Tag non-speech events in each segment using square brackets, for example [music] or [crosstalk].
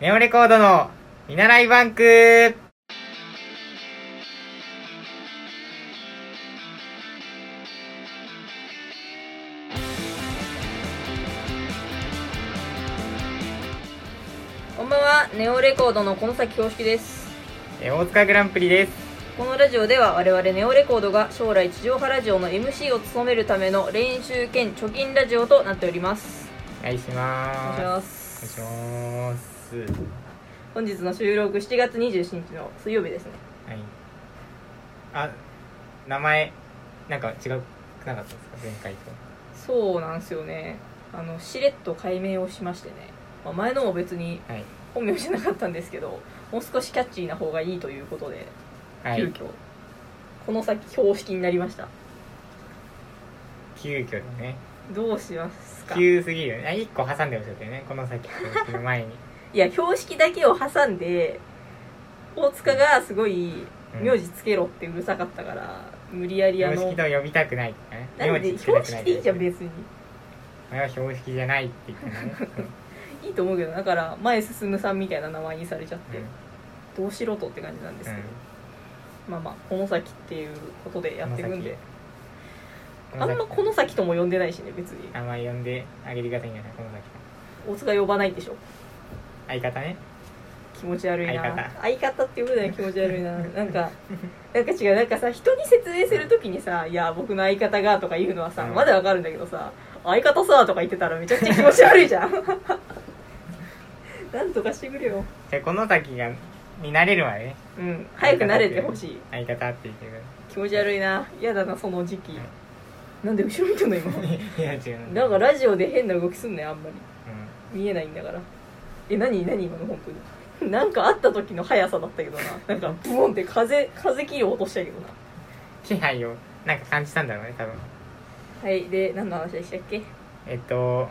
メモレコードの見習いバンクこんばんは、ネオレコードのこの先標識です。えー大塚グランプリですこのラジオでは我々ネオレコードが将来地上波ラジオの MC を務めるための練習兼貯金ラジオとなっております。お願いしお願いますしおます。願いします本日の収録7月27日の水曜日ですね。はいあ名前なんか違うくなかったですか前回とそうなんですよね。あの、しれっと解明をしましてね。まあ、前のも別にはい本名じゃなかったんですけど、もう少しキャッチーな方がいいということで、は急い遽、この先標識になりました。急遽だねどうしますか急すぎるよねあ一個挟んでほしかったよねこの先の前にいや標識だけを挟んで大塚がすごいうん名字つけろってうるさかったから、無理やりあ標の識と呼びたくないってねなんで名字つけた標くな識いでいいじゃん別にお前は標識じゃないって言った [laughs] のね、いいと思うけどだから前進さんみたいな名前にされちゃっうて、んうんどうしろとって感じなんですけど、まあまあこの先っていうことでやっていくんでこあのん先まこの先とも呼んでないしね別にあんま呼んであげてくださいねこの先大塚呼ばないでしょ相方ね気持ち悪いな相方っていうことで気持ち悪いななんかなんか違うなんかさ人に説明するときにさ「いや僕の相方が」とか言うのはさ、うんまだわかるんだけどさ「相方さ」とか言ってたらめちゃくちゃ気持ち悪いじゃん [laughs] なんとかしてくれよじゃあこの先がに慣れるまでねうん早く慣れてほしい相方って言ってくだ気持ち悪いな嫌だなその時期なんで後ろ見てんの今 [laughs] さいいや違うなんかラジオで変な動きすんねあんまうり見えないんだからえ何何今の本当に [laughs] なんかあった時の速さだったけどななんかブオンって風風切りを落としたけどなん気配をなんか感じたんだろうね多分はいで何の話でしたっけえっと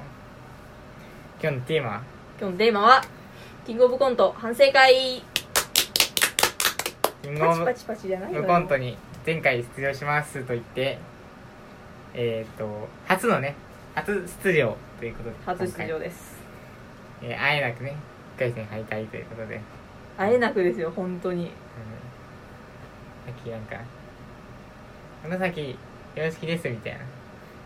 今日のテーマは今日のテーマはキングオブコント反省会キングオパチブパチパチじゃないよコントに前回出場しますと言ってえっと初のね初出場ということで初出場で、ですえー会えなくね1回戦敗退ということで会えなくですよ本当うにんさっきなんか「この先よろしきです」みたいな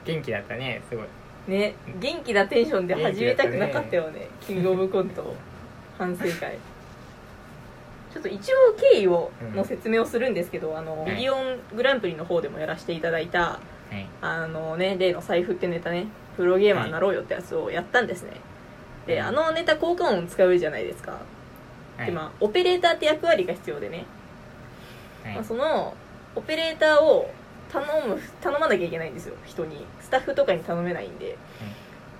元気だったねすごいね元気なテンションで始めたくなかったよねキングオブコン [laughs] ト反省会ちょっと一応経緯をの説明をするんですけど、あのいミリオングランプリの方でもやらせていただいたはいあのね例の財布ってネタねプロゲーマーになろうよってやつをやったんですね、であのネタ交換音使うじゃないですか、はでいまあオペレーターって役割が必要でね、はいまあ、そのオペレーターを頼む頼まなきゃいけないんですよ人にスタッフとかに頼めないんで、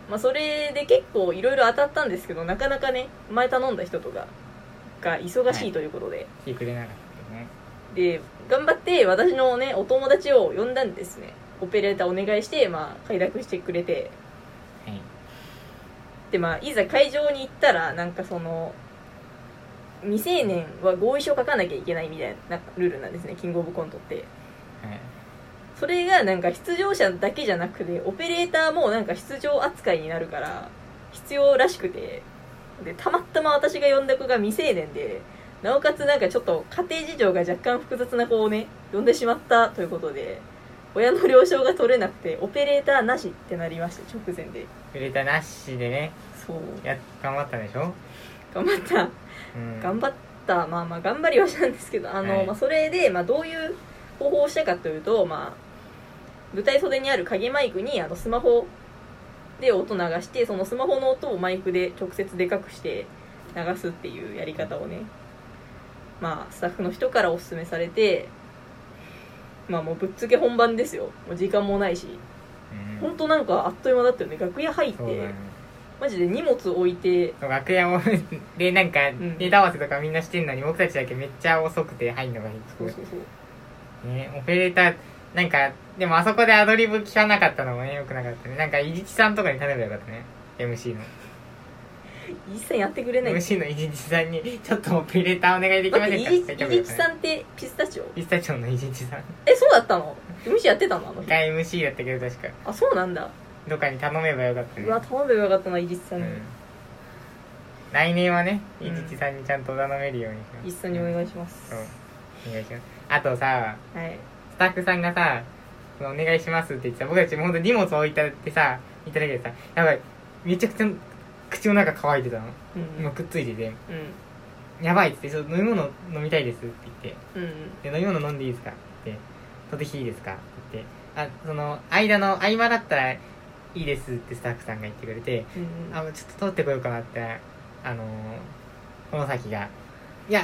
まあ、それで結構いろいろ当たったんですけどなかなかね前頼んだ人とかが忙しいということで、来てくれなかったけどねで頑張って私のねお友達を呼んだんですねオペレーターお願いして、まあ、快諾してくれてはいでまあいざ会場に行ったらなんかその未成年は合意書を書かなきゃいけないみたいなルールなんですねキングオブコントってはいそれがなんか出場者だけじゃなくてオペレーターもなんか出場扱いになるから必要らしくてでたまたま私が呼んだ子が未成年でなおかつなんかちょっと家庭事情が若干複雑な子をね呼んでしまったということで親の了承が取れなくてオペレーターなしってなりました直前でくれたなしでねそうや頑張ったんでしょ、頑張ったうん、頑張ったまあまあ頑張りはしたんですけどあの、はいまあ、それで、まあ、どういう方法をしたかというと、まあ、舞台袖にある影マイクにあのスマホで音流してそのスマホの音をマイクで直接でかくして流すっていうやり方をね、まあ、スタッフの人からおすすめされて、まあ、もうぶっつけ本番ですよもう時間もないしうん本当なんかあっという間だったよね楽屋入って、そうだねマジで荷物置いてそう楽屋も [laughs] でなんかんネタ合わせとかみんなしてんのに僕たちだけめっちゃ遅くて入んのがすそごういそうそうねオペレーターなんかでもあそこでアドリブ聞かなかったのもねよくなかったねなんか伊地知さんとかに頼めばよかったね MC の一切やってくれない MC の伊地知さんに「ちょっとオペレーターお願いできま待っせてんイか?」ジってイ言ジチさんんってピスタチオピスタチオの伊地知さんえそうだったの MC やってたのあの一日回 MC だったけど確かあそうなんだどっかに頼めばよかったねうわ頼めばよかったなイジチさうんに、ん来年はねうんいちちさんにちゃんと頼めるようにします一緒にお願いします、そうお願いしますあとさはいスタッフさんがさ「そのお願いします」って言ってさ僕たちもうほんと荷物置いてってさいただけでさやばいめちゃくちゃ口の中乾いてたのうん今くっついててう「んやばい」っつって「ちょっと飲み物飲みたいです」って言っうんて「で飲み物飲んでいいですか?」って「取ってきていいですか?」って言って「あその間の合間だったらいいです」ってスタッフさんが言ってくれてう「んあちょっと取ってこようかな」ってあのー、この先が「いや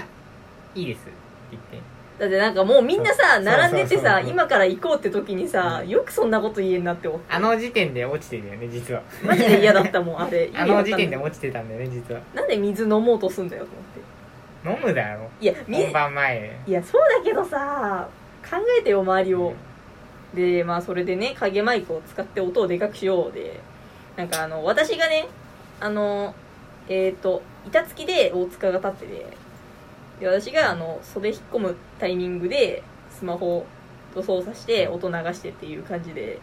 いいです」って言ってだってなんかもうみんなさそう並んでてそうそうさそう今から行こうって時にさうんよくそんなこと言えんなって思ってあの時点で落ちてるよね実はマジで嫌だったもんあれあの時点でも落ちてたんだよね実はなんで水飲もうとすんだよと思っ飲てむだろいやみ本番前いやそうだけどさ考えてよ周りを、でまあそれでね影マイクを使って音をでかくしようでなんかあの私がねあのえっ、と板付きで大塚が立っててで私があの袖引っ込むタイミングでスマホと操作して音流してっていう感じで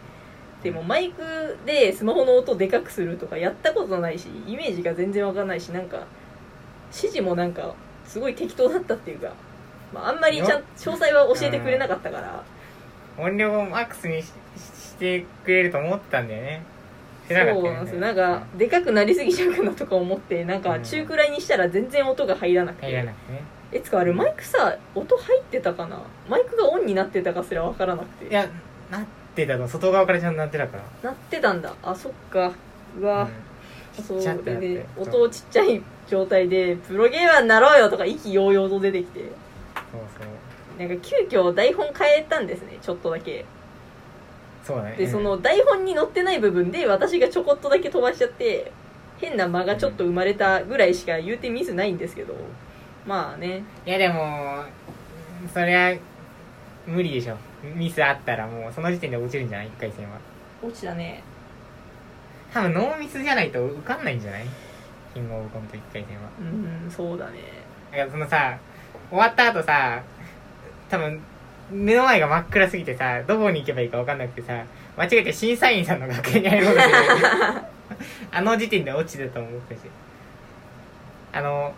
でもマイクでスマホの音でかくするとかやったことないしイメージが全然わかんないしなんか指示もなんかすごい適当だったっていうか、まあ、あんまりちゃん詳細は教えてくれなかったから。音量をマックスにしししてくれると思ったんだよね知らなかそったようねなんですよなんかでかくなりすぎちゃうかなとか思ってなんかうん中くらいにしたら全然音が入らなくて、入らなくてねえつかあれマイクさ音入ってたかなマイクがオンになってたかすらわからなくいてやなってたの外側からちゃんとなってたからなってたんだあそっかうわ、うんそちっちゃっうてでなってね音をちっちゃい状態でプロゲーマーになろうよとか意気揚々と出てきてそうそうなんか急遽台本変えたんですねちょっとだけそうだねでうんその台本に載ってない部分で私がちょこっとだけ飛ばしちゃって変な間がちょっと生まれたぐらいしか言うてミスないんですけどまあねいやでもそりゃ無理でしょミスあったらもうその時点で落ちるんじゃない1回戦は落ちたね多分ノーミスじゃないと受かんないんじゃないキングオブコント1回戦はうんそうだねだからそのさ終わった後さ多分目の前が真っ暗すぎてさどこに行けばいいか分かんなくてさ間違えて審査員さんの楽屋にありま [laughs] したあの時点で落ちてたと思ったしあの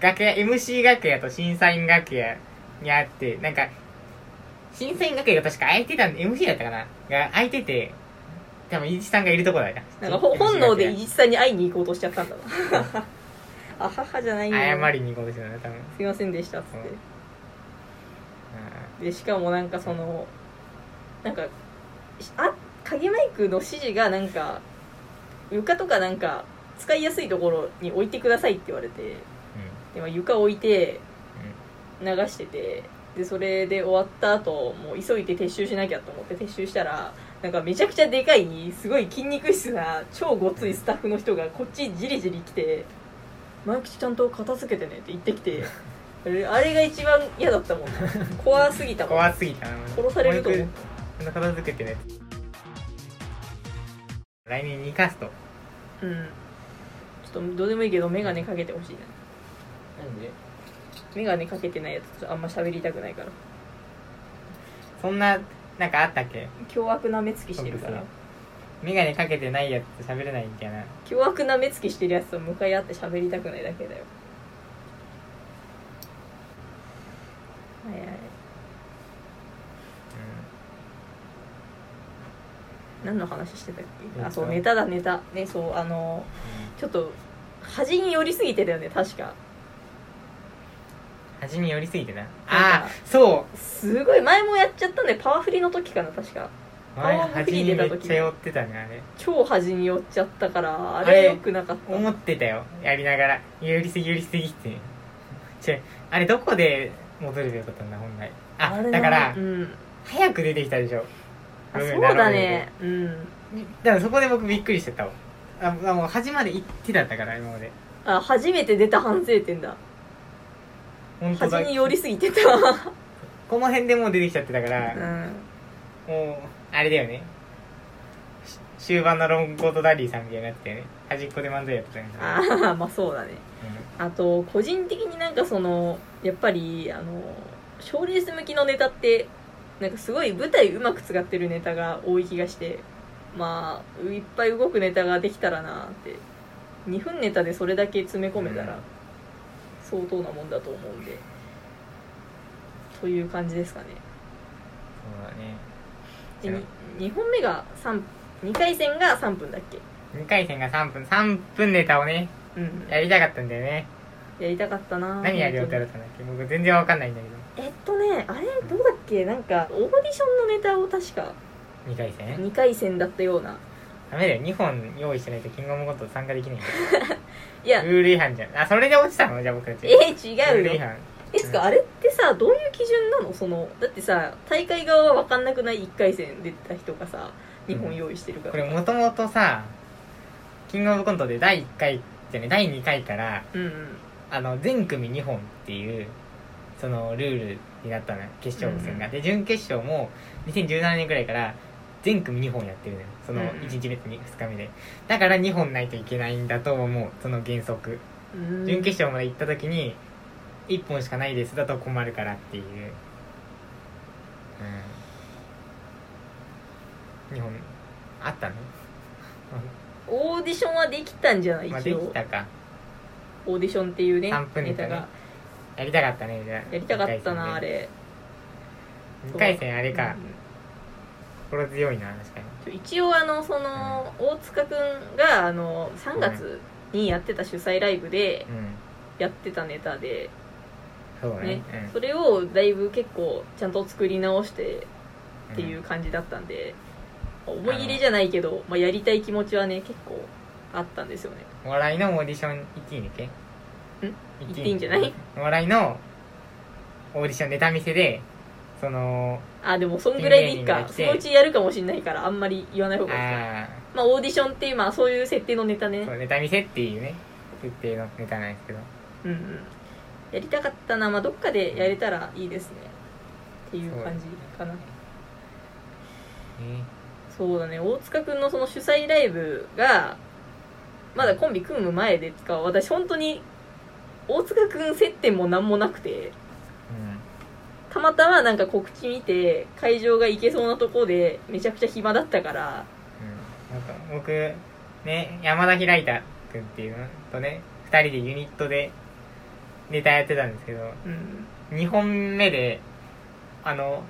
楽屋 MC 楽屋と審査員楽屋にあってなんか審査員楽屋が確か空いてたんで MC だったかなが空いてて多分伊地さんがいるとこだよなんかほ本能で謝伊地知さんに会いに行こうとしちゃったんだな [laughs] あ母じゃないよりに行こうとしてたね多分すいませんでしたっつっうんてでしかもなんかそのなんかしあ影マイクの指示がなんか床とかなんか使いやすいところに置いてくださいって言われてうんでまあ床置いて流しててでそれで終わった後もう急いで撤収しなきゃと思って撤収したらなんかめちゃくちゃでかいすごい筋肉質な超ごついスタッフの人がこっちじりじり来て「マイクちゃんと片付けてね」って言ってきてあれあれが一番嫌だったもん怖すぎたもん怖すぎたな殺されると思うこんな片付けてね来年2カストうんちょっとどうでもいいけど眼鏡かけてほしいななんで眼鏡かけてないやつちょっとあんま喋りたくないからそんななんかあったっけ凶悪な目つきしてるから眼鏡かけてないやつと喋れないみたいな凶悪な目つきしてるやつと向かい合って喋りたくないだけだよはいはい何の話してたっけあそうネタだネタねそうあのちょっと端に寄りすぎてたよね確か端に寄りすぎてななんあかあそすごい前もやっちゃったねパワフリの時かな確かう前パワーフ端リーに出ため時っちゃ寄ってたねあれ超端に寄っちゃったからああれれ良くなかった思ってたよやりながら寄りすぎ寄りすぎってちょあれどこで戻ればよかったんだ本来あれなだからうん早く出てきたでしょあそうだねうんだからそこで僕びっくりしてたわああもう端まで行ってだったから今まであ初めて出た反省点だ本当だ端に寄りすぎてたこの辺でもう出てきちゃってたから、うんもうあれだよねし終盤のロングコートダディさんみたいになってたよね端っこで漫才やってたよねああまあそうだねあと個人的になんかそのやっぱりあの賞レース向きのネタってなんかすごい舞台うまく使ってるネタが多い気がしてまあいっぱい動くネタができたらなって2分ネタでそれだけ詰め込めたら相当なもんだと思うんでという感じですかねそうだねで2本目が3 2回戦が3分だっけ2回戦が3分3分ネタをねうんやりたかったんだよねやりたかったな何やりようってやら本れたんだっけ僕全然わかんないんだけ当にえっとねあれどうだっけなんかオーディションのネタを確かど2回戦2回戦だったようなダメだよ2本用意してないとキングオブコント参加できないんだよいやルール違反じゃんあそれで落ちたのじゃあ僕たちえルー違ールう違よ反えつかあれってさどういう基準なのそのだってさ大会側は分かんなくない1回戦出た人がさ2本用意してるかこら、れもともとさキングオブコントで第1回じゃね第2回からうんうんあの全組2本っていうそのルールになったのよ決勝戦が、うんで準決勝も2017年ぐらいから全組2本やってるのよそのうん1日目と2日目で、だから2本ないといけないんだと思うその原則、うん準決勝まで行った時に1本しかないですだと困るからっていう、うん、2本あ [laughs] ったの、オーディションはできたんじゃないまあ、一で応、きたかオーディションっていうね3分ネタねがやりたかったねじゃあやりたかったな二回あ戦ねれ2回戦あれか、うん心強いな確かに一応あのその大塚くんがあの3月にやってた主催ライブでうんやってたネタで、そうだねねそれをだいぶ結構ちゃんと作り直してん、っていう感じだったんで、思い入れじゃないけど、まあ、やりたい気持ちはね結構あったんですよねお笑いのオーディション行っていいんだっけん言っていいんじゃないお笑いのオーディションネタ見せでそのあでもそんぐらいでいいピン芸人かが来そてのうちやるかもしんないからあんまり言わない方がいいかあまあオーディションっていうまあそういう設定のネタねあそうネタ見せっていうね設定のネタなんですけどうんうんやりたかったな、まあ、どっかでやれたらいいですねっていう感じかなねそうだね大塚くんのその主催ライブがまだコンビ組む前でか私本当に大塚くん接点も何もなくてたまたまなんか告知見て会場が行けそうなとこでめちゃくちゃ暇だったからうん、うん、なんか僕ね山田開いた君っていうのとね2人でユニットでネタやってたんですけどうん2本目であの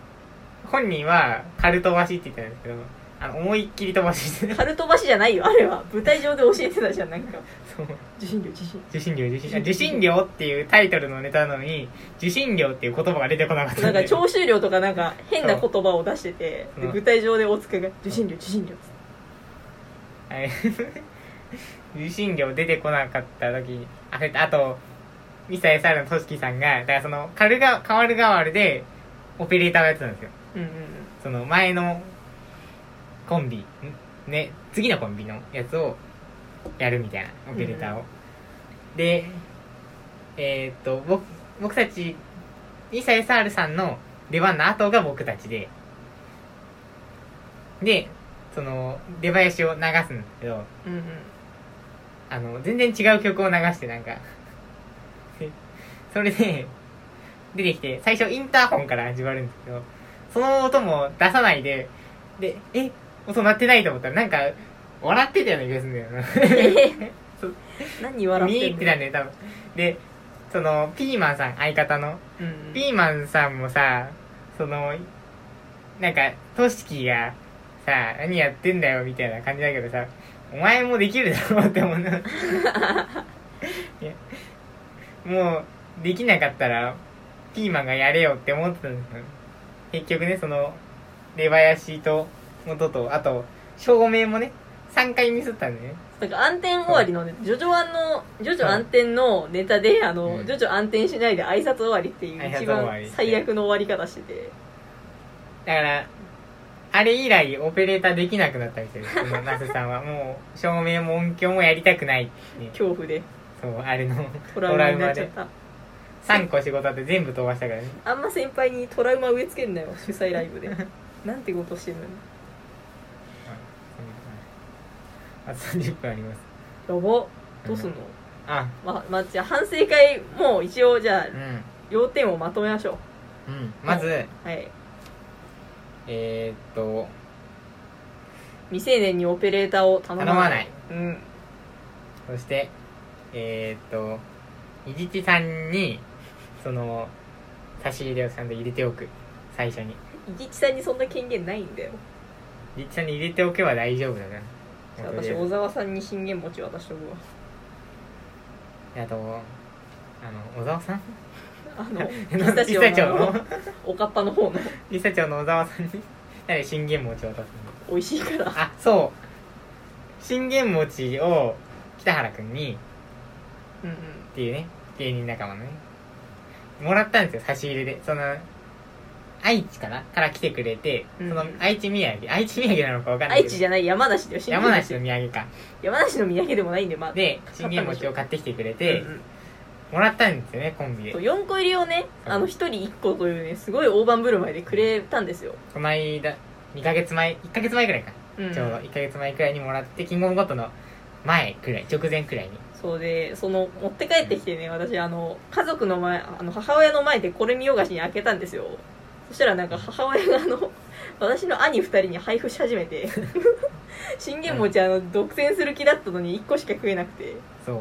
本人は軽飛ばしって言ってたんですけどあの思いっきり飛ばししてた [laughs] 春飛ばしじゃないよあれは舞台上で教えてたじゃんなんかそう受信料受信受信料受信料受信料っていうタイトルのネタなのに受信料っていう言葉が出てこなかったなんかで徴収料とかなんか変な言葉を出してて、うんでうん舞台上で大塚が「受信料受信料」っつってあれ [laughs] 受信料出てこなかった時にあれあとミサ SR のトシキさんがだからそのカルが変わる変わるでオペレーターをやってたんですようんうんその前のコンビんね次のコンビのやつをやるみたいなオペレーターを、でえーっと僕僕たちイサ SR さんの出番の後が僕たちででその出囃子を流すんですけどうんうんあの全然違う曲を流してなんかでそれで出てきて最初インターホンから始まるんですけどその音も出さないででえ音鳴ってないと思ったらなんか笑ってたような気がするんだよな [laughs] えそうー、何 [laughs] 笑見って入ってたんんのだよ多分でそのピーマンさん相方のうんうんピーマンさんもさそのなんかトシキがさ何やってんだよみたいな感じだけどさお前もできるだろうって [laughs] 思うないやもうできなかったらピーマンがやれよって思ってたんですよ結局ねその出囃子と音とあと照明もね3回ミスったんでねなんか暗転終わりのね、ジョジョアンの、ジョジョ暗転のネタで、あの、うんジョジョ暗転しないで挨拶終わりってい挨う拶一終わ番り最悪の終わり方してて、だから、あれ以来オペレーターできなくなったみたいです、そのナスさんは。もう、照明も音響もやりたくないっていう。恐怖でそう、あれ [laughs] のトトラウマラウになマっちゃっで。た。 3個仕事あって全部飛ばしたからね。あんま先輩にトラウマ植え付けんなよ、主催ライ [laughs] ブで。なんてことしてるのあと30分あります。ロボ、どうすんの、あ、ま、まあ、じゃあ反省会、もう一応、じゃあう、ん。要点をまとめましょうん。まず、う。はい。えー、っと、未成年にオペレーターを頼まない。頼まないうん。そしてえーっと伊地知さんにその差し入れをちゃんと入れておく最初に伊地知さんにそんな権限ないんだよ伊地知さんに入れておけば大丈夫だなじゃあ私もう小とりあ沢さんに信玄餅渡しとくわえずあとあの小沢さんあののピスタチオのおかっぱの方のピスタチオの小沢さんになんで信玄餅を渡すの美味しいからあそう信玄餅を北原君にうんうんっていうね芸人仲間のねもらったんですよ差し入れでその愛知かなから来てくれて、うんその愛知土産愛知土産なのかわかんない愛けど知じゃない山梨だよ信玄山餅梨の土産か山梨の土産でもないんでまあで信玄餅を買ってきてくれて、うんうんもらったんですよねコンビでそう4個入りをねあの1人1個というねすごい大盤振る舞いでくれたんですよ、この間2ヶ月前1ヶ月前くらいか、うん、ちょうど1ヶ月前くらいにもらってキングオブコントの前くらい直前くらいにそうでその持って帰ってきてね私あの家族の前あの母親の前でこれ見よがしに開けたんですよそしたらなんか母親があの私の兄2人に配布し始め [laughs] て信玄餅あの独占する気だったのに1個しか食えなくてそう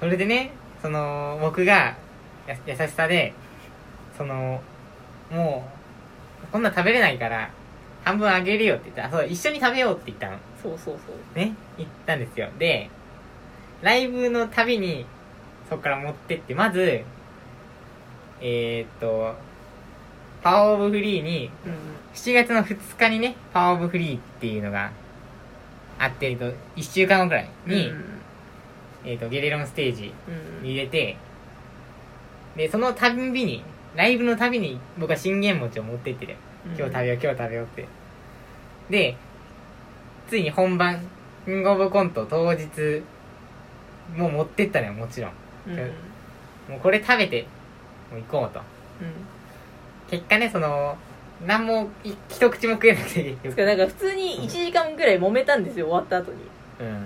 それでねその僕がや優しさでそのもうこんなん食べれないから半分あげるよって言ったあそう一緒に食べようって言ったのそうそうそうね言ったんですよでライブのたびにそこから持ってってまずえー、っとパワーオブフリーにうん7月の2日にねパワーオブフリーっていうのがあって、えっと、1週間後くらいに、うんえー、とゲレロンステージうん入れて、で、そのたんびに、ライブのたびに僕は信玄餅を持ってってる。今日食べよう、今日食べようって。で、ついに本番、キングオブコント当日、もう持ってったのよ、もちろん。うんうんもうこれ食べて、もう行こうと。結果ね、その、何もい、一口も食えなくて結つか局、なんか普通に1時間ぐらい揉めたんですよ終わった後にうん。うん。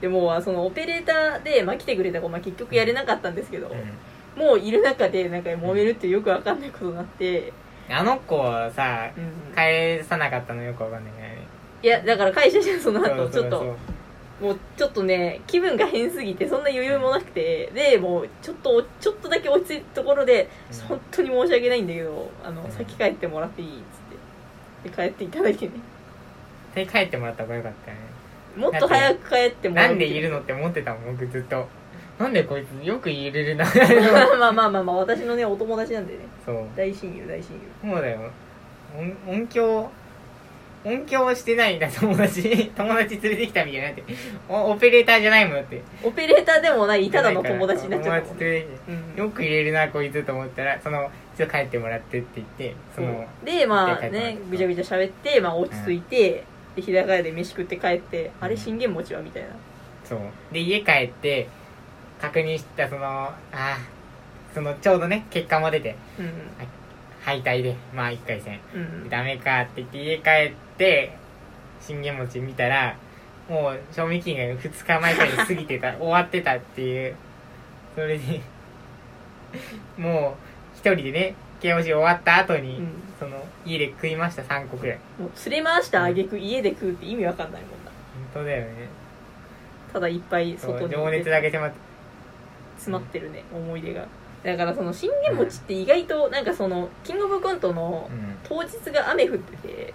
でもうそのオペレーターで、まあ、来てくれた子、まあ、結局やれなかったんですけど、もういる中でなんか揉めるってよくわかんないことになって、あの子はさ、うん返さなかったのよくわかんないね。いやだから会社じゃんその後ちそうそょっうともうちょっとね気分が変すぎてそんな余裕もなくてでもうちょっとちょっとだけ落ち着いたところでうん本当に申し訳ないんだけどあの、うん先帰ってもらっていいっつってで帰っていただいてねそう。で、帰ってもらった方がよかったよね。もっと早く帰ってもらなってんでいるのって思ってたもん僕ずっとなんでこいつよく入れる [laughs] なまあまあまあまあ私のねお友達なんでねそう大親友大親友そうだよ音音響音響してないんだ友達 [laughs] 友達連れてきたみたいになっておオペレーターじゃないもんってオペレーターでもないただの友達になっちゃったも友ん達ね、連れてきうんてよく入れるなこいつと思ったらそのちょっと帰ってもらってって言ってそのでまであかいねからぐちゃぐちゃ喋って、まあ、落ち着いて、で日高屋で飯食って帰ってあれ信玄餅はみたいなそうで家帰って確認したそのあーそのちょうどね結果も出てうん敗退でまあ1回戦うんうんダメかって言って家帰って信玄餅見たらもう賞味期限が2日前くらいに過ぎてた [laughs] 終わってたっていうそれでもう一人でね KOC 終わった後に、うんその家で食いました3個くらいもう連れ回したあげく家で食うって意味わかんないもんな本当だよねただいっぱいそ外うに情熱だけ迫って詰まってるね思い出がだからその信玄餅って意外となんかそのキングオブコントのうん当日が雨降ってて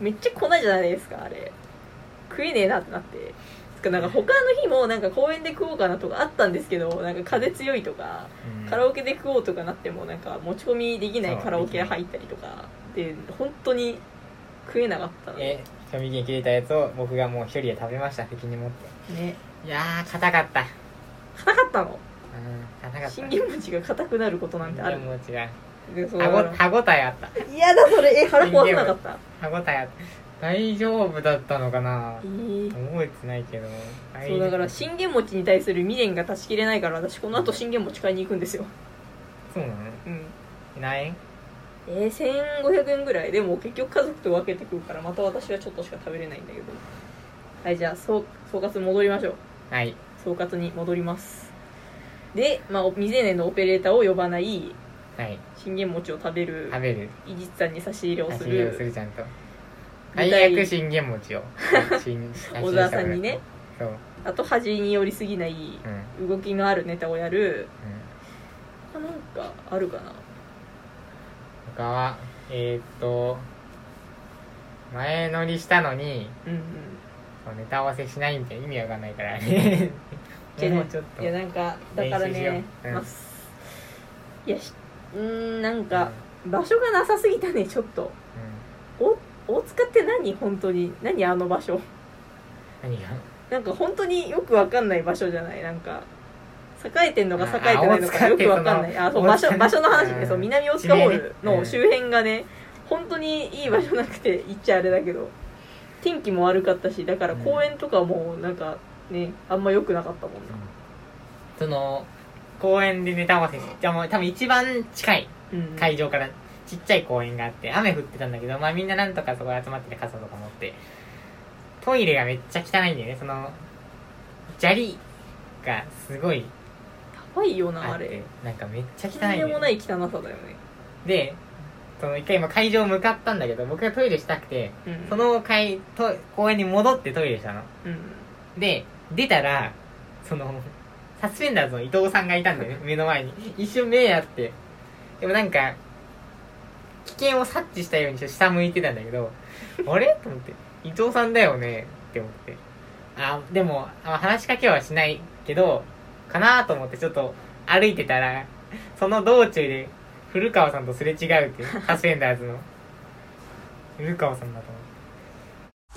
めっちゃ粉じゃないですかあれ食えねえなってなってつかなんか他の日もなんか公園で食おうかなとかあったんですけどなんか風強いとかうんカラオケで食おうとかなってもなんか持ち込みできないカラオケ入ったりとかで本当に食えなかったのねえ賞味期限切れたやつを僕がもう一人で食べました責任持っていやー硬かったうん硬かったの硬かった信玄餅が硬くなることなんてある信玄餅がでそう歯ご歯応えあった嫌だそれえ腹壊さなかった歯応えあった大丈夫だったのかなえー覚えてないけどそうだから大丈信玄餅に対する未練が断ち切れないから私この後信玄餅買いに行くんですよ夫そうなのうん何円えー、1500円ぐらいでも結局家族と分けて食うからまた私はちょっとしか食べれないんだけどはいじゃあそう総括戻りましょうはい総括に戻りますで、まあ、お未成年のオペレーターを呼ばないはい信玄餅を食べる食べる伊地知さんに差し入れをす足入れをするるちゃんと具体最悪信玄餅を信小沢さんにねそう後端に寄りすぎないうんうん動きのあるネタをやる他なんかあるかな他はえーっと前乗りしたのにうんうんそうネタ合わせしないみたいな意味わかんない [laughs] からねじゃあもうちょっといやなんかだから練習しよね、ううんまあすいやしうーんなんか場所がなさすぎたねちょっとお大塚って何本当に何あの場所うん、何がなんか本当によくわかんない場所じゃないなんか栄えてんのか栄えてあないのかあよくわかんないあ大塚ってそうその場所場所の話うねんそう南大塚ホー地ル名ねうのん周辺がね本当にいい場所なくて言っちゃあれだけど天気も悪かったしだから公園とかもなんかねあんま良くなかったもんなその公園でネタ合わせしじゃあもう多分一番近いうん会場からちっちゃい公園があって雨降ってたんだけどまあみんななんとかそこ集まってて傘とか持ってトイレがめっちゃ汚いんだよねその砂利がすごいやばいよなああっれてなんかめっちゃ汚いんとんだでよねもない汚さだよねでその一回今会場向かったんだけど僕がトイレしたくてうんその会と公園に戻ってトイレしたのうんで出たらそのサスペンダーズの伊藤さんがいたんだよ [laughs] ね目の前に一瞬目やってでもなんか危険を察知したように下向いてたんだけ [laughs] どあれと思って伊藤さんだよねって思ってあでもあ話しかけはしないけどかなと思ってちょっと歩いてたらその道中で古川さんとすれ違うっていうサスペンダーズの古川さんだと思って。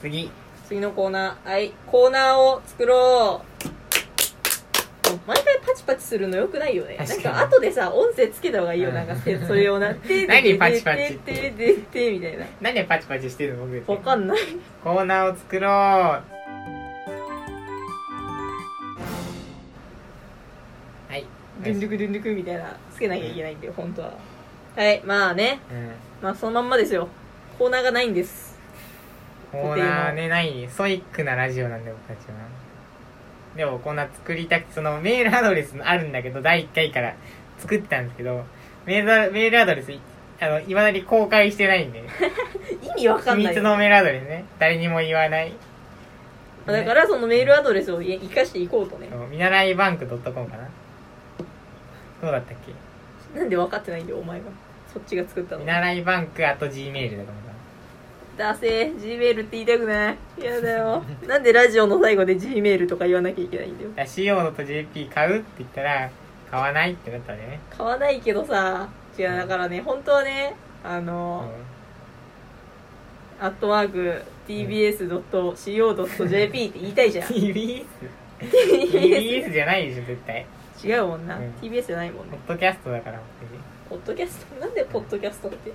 次次のコーナーはいコーナーを作ろう毎回パチパチするのよくないよね確かなんにか後でさ音声つけた方がいいようんなんかせそれをなって何パチパチっててててみたいな何でパチパチしてるの僕わかんないコーナーを作ろうはいドゥンドゥクドゥンドゥクみたいなつけなきゃいけないんだよ本当ははいまあねうんまあそのまんまですよコーナーがないんですコーナーねないソイックなラジオなんで僕たちはでもコーナー作りたくてそのメールアドレスあるんだけど第1回から作ってたんですけどメールメールアドレスいあのいまだに公開してないんで意味わか秘んない密よのメールアドレスね [laughs] 誰にも言わないまあだからそのメールアドレスを生かしていこうとねそう見習いバンク .com かなどうだったっけなんで分かってないんだよお前がそっちが作ったの見習いバンクあと Gmail だと思うかなだせー G メールって言いたくない嫌だよなんでラジオの最後で G メールとか言わなきゃいけないんだよだから CO のと JP 買うって言ったら買わないってなったんだよね、買わないけどさ違うだからね本当はねあうの、んアットマーク tbs.co.jp って言いたいじゃん TBS TBS TBS じゃないでしょ絶対違うもんな、うん TBS じゃないもんポねッドキャストだからポッドキャストなんでポッドキャストって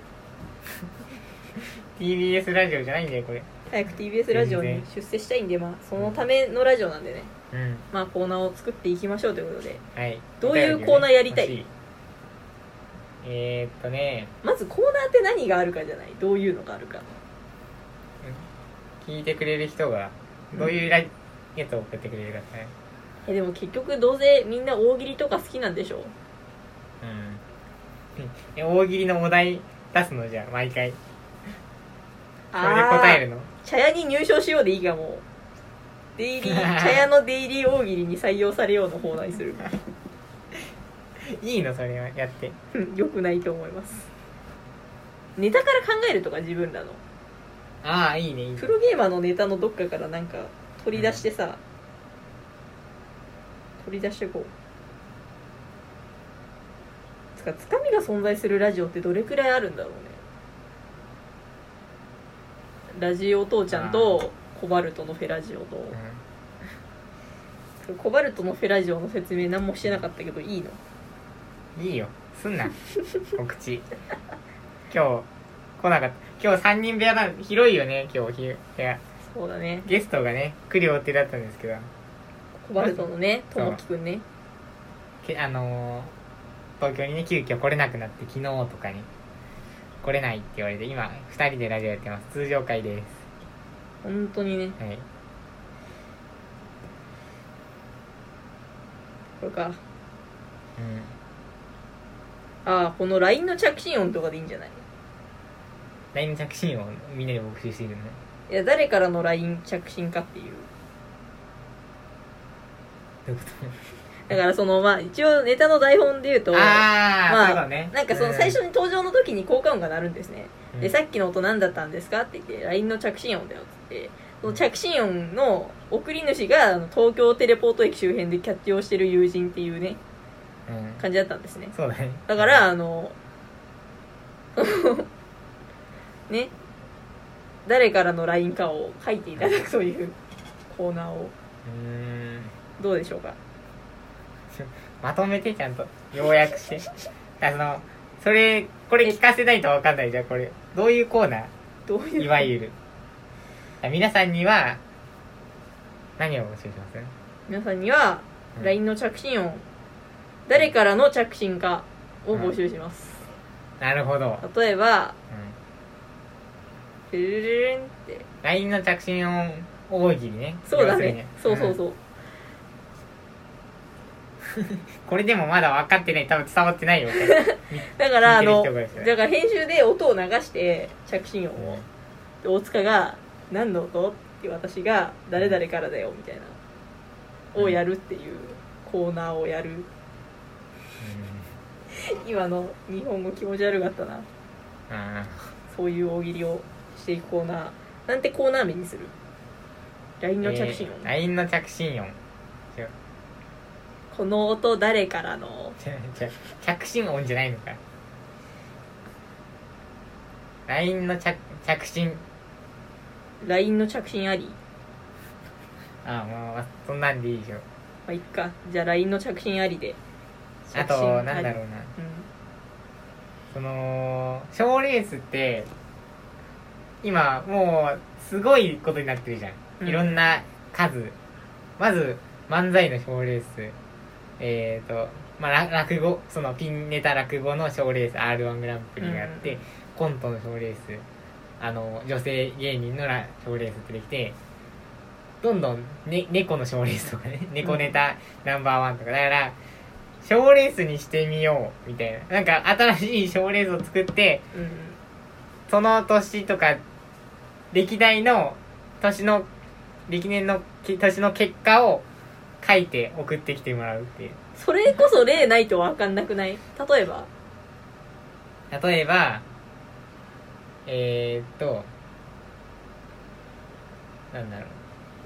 TBS ラジオじゃないんだよこれ早く TBS ラジオに全然出世したいんでまあそのためのラジオなんでねうんまあコーナーを作っていきましょうということではいどういうコーナーやりたいお便りをね欲しいえー、っとねまずコーナーって何があるかじゃないどういうのがあるか聞いてくれる人がどういうラジやつを送ってくれるかってねえでも結局どうせみんな大喜利とか好きなんでしょうん [laughs] え大喜利のお題出すのじゃあ毎回それで答えるの茶屋に入賞しようでいいがもうデイリー茶屋のデイリー大喜利に採用されようのコーナーにする [laughs] いいのそれはやってうんよくないと思いますネタから考えるとか自分らのああいいねいいねプロゲーマーのネタのどっかからなんか取り出してさ取り出してこうつかつかみが存在するラジオってどれくらいあるんだろうねラジオ父ちゃんとコバルトのフェラジオとうんコバルトのフェラジオの説明何もしてなかったけどいいのいいよすんな [laughs] 告知今日来なかった今日3人部屋だ広いよね今日部屋そうだねゲストがね来る予定だったんですけどコバルトのねとそうもきくんねけあのー東京にね急遽来れなくなって昨日とかに来れないって言われて今2人でラジオやってます通常会で本当にねすはいこれうかんあああこの LINE の着信音とかでいいんじゃない LINE の着信音をみんなで募集しているのねいや誰からの LINE 着信かっていうどういうこだからそのまあ一応ネタの台本で言うととああ、まあそうだねなんかその最初に登場の時に効果音が鳴るんですね、うんでさっきの音何だったんですかって言って LINE の着信音だよって言ってその着信音の送り主があの東京テレポート駅周辺でキャッチをしてる友人っていうねうんうん感じだったんですねそうだねだからあの [laughs] ね誰からの LINE かを書いていただくというコーナーをうーんどうでしょうかまとめてちゃんと要約してあのそれこれ聞かせないとわかんないじゃんこれどういうコーナどういうーいわゆる皆さんには何を募集します皆さんにはうん LINE の着信音誰からの着信かを募集します、なるほど、うん、例えば「ルルルルン」って LINE の着信音大喜利ねそうだ要するねにそうそうそう、これでもまだ分かってない多分伝わってないよこれ [laughs] だからあ聞いのてるだ人がですねから編集で音を流して着信音おをうで大塚が「何の音?」って私が「誰々からだよ」みたいなうんをやるっていうコーナーをやるう今の日本語気持ち悪かったなんあそういう大喜利をしていくコーナーなんてコーナー名にする LINE ーの着信音、えー LINE の着信音違うこの音誰からの違う違う着信音じゃないのか LINE の着着信 LINE の着信ありあもうそんなんでいいでしょまあいっかじゃあ LINE の着信ありであ着信とありなんだろうなうその賞レースって今もうすごいことになってるじゃん、うんいろんな数まず漫才の賞レースえっ、とまあら落語そのピンネタ落語の賞レース r 1グランプリがあって、うんコントの賞レースあの女性芸人のら賞レースってできてどんどん、ね、猫の賞レースとかね猫ネタナンバーワンとかだから賞レースにしてみようみたいななんか新しい賞レースを作ってん、うん、その年とか歴代の年の歴年のき年の結果を書いて送ってきてもらうっていうそれこそ例ないと分かんなくない例えば例えばえー、っとなんだろう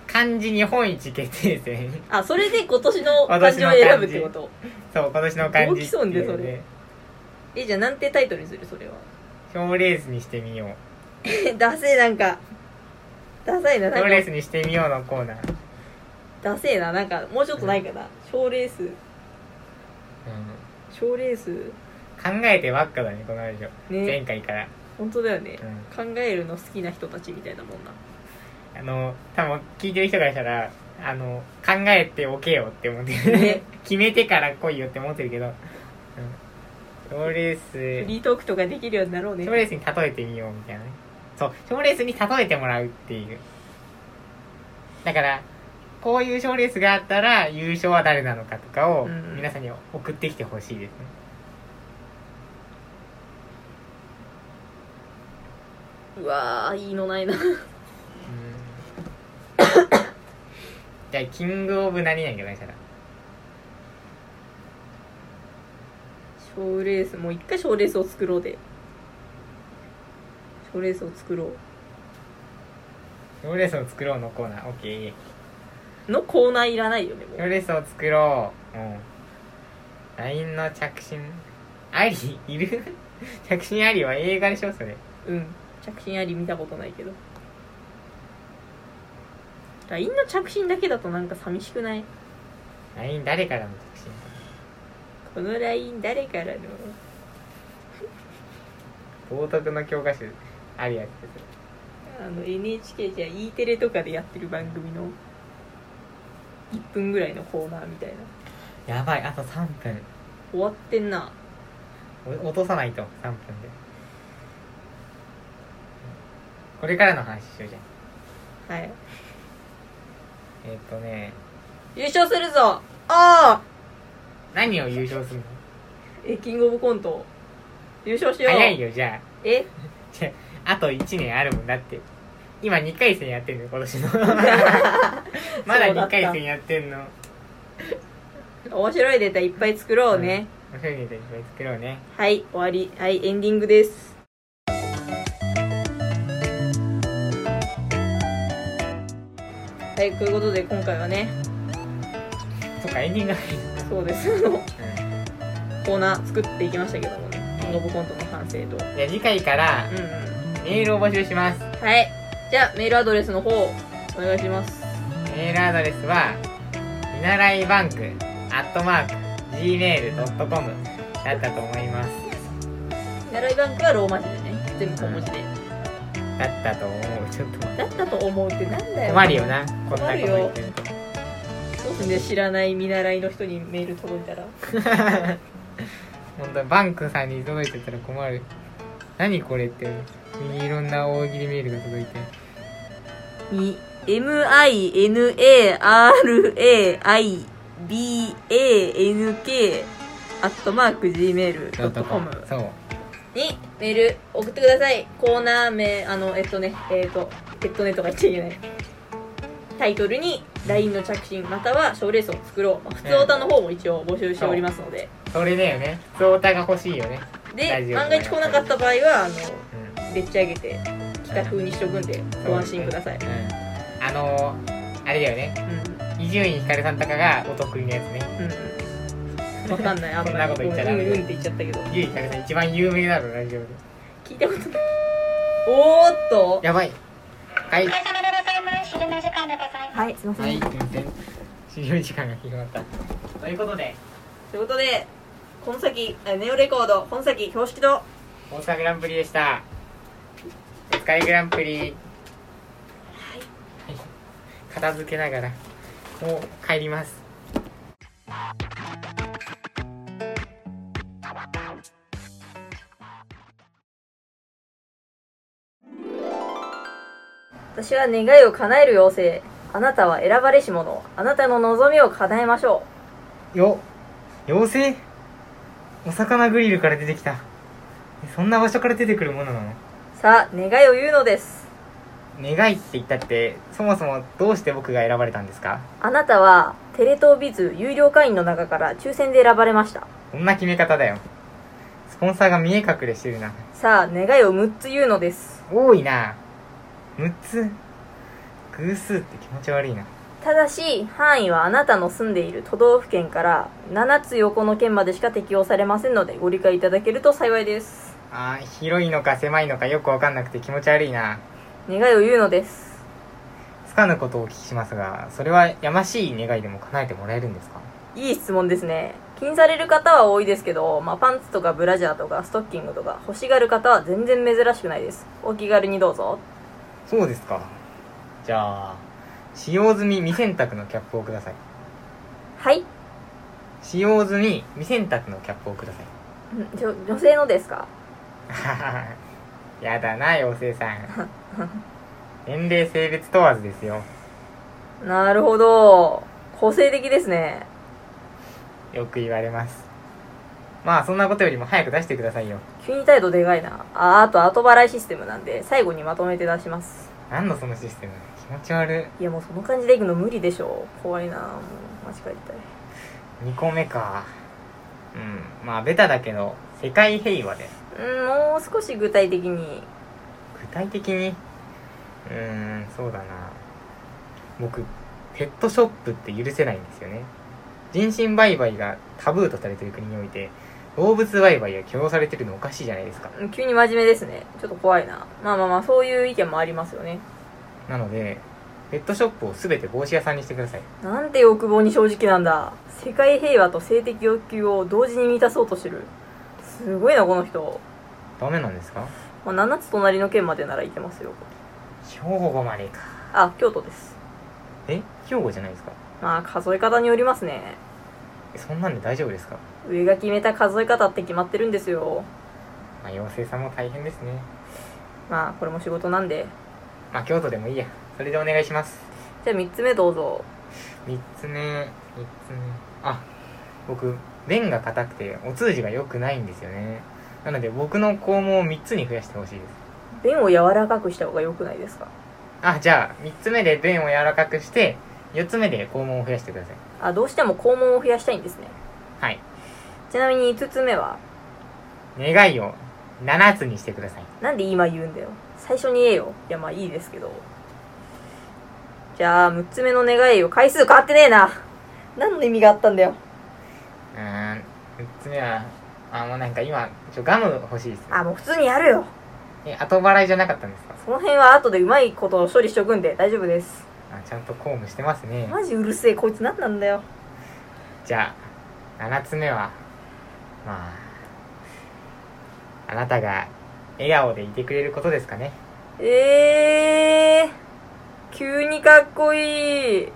漢字日本一決定戦 [laughs] あそれで今年の漢字を選ぶってことそう今年の漢字ってい大きそうねうそのでれえじゃあなんてタイトルにするそれは賞レースにしてみよう [laughs] ダセえなんかダサいななん賞レーかスにしてみようのコーナーダセえななんかもうちょっとないかな賞レースう賞レースん、考えてばっかだねこのラジオ、ね前回から、本当だよねう、ん、考えるの好きな人たちみたいなもんなあの多分聞いてる人からしたらあの考えておけよって思ってる、ね [laughs] 決めてから来いよって思ってるけど賞、うん、賞レーフスリートークとかできるようになろうね賞レースに例えてみようみたいなねそう賞レースに例えてもらうっていうだからこういう賞レースがあったら優勝は誰なのかとかをうん皆さんに送ってきてほしいですね、うわーいいのないなうんじゃあキングオブ何々がないから賞レースもう一回賞レースを作ろうで賞レースを作ろローレースを作ろうのコーナーオッケーうのコーナーいらないよねもロうーレースを作ろううん LINE の着信ありいる [laughs] 着信ありは映画でしょそれうん着信あり見たことないけど LINE の着信だけだとなんか寂しくない LINE 誰からの着信この LINE 誰からの道徳の教科書ありやってあの NHK じゃ E テレとかでやってる番組の1分ぐらいのコーナーみたいなたやばいあと3分終わってんなお落とさないと3分でこれからの話しようじゃんはいえっ、とね優勝するぞああ何を優勝するのえキングオブコント優勝しよう早いよじゃあえ [laughs] じゃああと1年あるもんだって今2回戦やってんのよ今年 [laughs] のまだ2回戦やってんの面白いデータいっぱい作ろうね、面白いネタいっぱい作ろうねはい終わりはいエンディングですはいということで今回はねそっかエンディングが入るそうですあのコーナー作っていきましたけどもねキングオブコントの反省とじゃあ次回からうんうんメールを募集しますはいじゃあメールアドレスの方お願いしますメールアドレスは見習いバンクアットマーク gmail.com だったと思います習いバンクはローマ字でね全部小文字でだったと思うちょっとだったと思うってなんだよ困るよなこんなこと困る言よってるとどうすんだよ知らない見習いの人にメール届いたら本当バンクさんに届いてたら困る何これっていろんな大喜利メールが届いてに minaraibank アットマーク gmail.com そうにメール送ってくださいコーナー名あのえっとねえっとえっとねとか言っちゃいけないタイトルに LINE の着信または賞レースを作ろうまあ普通オタの方も一応募集しておりますのでそれだよね相談が欲しいよね、大丈で夫万が一来なかった場合はあうんのでっち上げて企画風にしとくんでご安心ください、うん、あのー、あれだよねうん伊集院光さんとかがお得意のやつねうんわかんない、[laughs] あそんなこと言っちゃダメうんうんって言っちゃったけど。伊集院光さん一番有名だろラジオで聞いたことない。おーっと。やばいはいお疲れ様でございます。昼の時間でございます。はい、すいません。はい、すいません。終了時間が広がった。ということで、ということで、この先、えネオレコード、この先、標識と、大阪グランプリでした。お疲れグランプリ。はい。片付けながら、もう帰ります。私は願いを叶える妖精。あなたは選ばれし者。あなたの望みを叶えましょよ、妖精お魚グリルから出てきた。そんな場所から出てくるものなのう。さあ、願いを言うのです。願いって言ったって、そもそもどうして僕が選ばれたんですかあなたは、テレ東ビズ有料会員の中から抽選で選ばれました。こんな決め方だよ。スポンサーが見え隠れしてるな。さあ、願いを6つ言うのです。多いな6つ偶数って気持ち悪いなただし範囲はあなたの住んでいる都道府県から7つ横の県までしか適用されませんのでご理解いただけると幸いですあー広いのか狭いのかよくわかんなくて気持ち悪いな願いを言うのですつかぬことをお聞きしますがそれはやましい願いでも叶えてもらえるんですかいい質問ですね気にされる方は多いですけど、まあ、パンツとかブラジャーとかストッキングとか欲しがる方は全然珍しくないですお気軽にどうぞそうですかじゃあ使用済み未洗濯のキャップをくださいはいん使用済み未洗濯のキャップをください [laughs] 女女性のですかはははやだな妖精さ [laughs] ん年齢性別問わずですよなるほど個性的ですねよく言われますまあそんなことよりも早く出してくださいよ急に態度でかいなああと後払いシステムなんで最後にまとめて出しますなんのそのシステム気持ち悪いいやもうその感じで行くの無理でしょ怖いなもう間違え2個目かうんまあベタだけど世界平和でたいうんもう少し具体的に具体的にうーんそうだな僕ペットショップって許せないんですよね人身売買がタブーとされている国において動物売買が許容されてるのおかしいじゃないですかうん急に真面目ですねちょっと怖いなまあまあまあそういう意見もありますよねなのでペットショップを全て帽子屋さんにしてくださいなんて欲望に正直なんだ世界平和と性的欲求を同時に満たそうとしてるすごいなこの人、ダメなんですかまあ、7つ隣の県までなら行けますよ兵庫までかあ京都ですえ兵庫じゃないですかまあ数え方によりますねえそんなんで大丈夫ですか上が決めた数え方って決まってるんですよまあ妖精さんも大変ですねまあこれも仕事なんでまあ京都でもいいやそれでお願いしますじゃあ3つ目どうぞ3つ目3つ目あ僕便が硬くてお通じが良くないんですよねなので僕の項目を3つに増やしてほしいです便を柔らかくした方が良くないですかあじゃあ3つ目で便を柔らかくして4つ目で肛門を増やしてくださいあどうしても肛門を増やしたいんですねはいちなみに5つ目は願いを7つにしてくださいなんで今言うんだよ最初に言えよいやまあいいですけどじゃあ6つ目の願いを回数変わってねえな何の意味があったんだようーん6つ目はあもうなんか今ちょガム欲しいですあもう普通にやるよえ後払いじゃなかったんですかその辺は後でうまいことを処理しとくんで大丈夫ですあちゃんと公務してますねマジうるせえこいつ何なんだよじゃあ7つ目はまああなたが笑顔でいてくれることですかねええー、急にかっこいい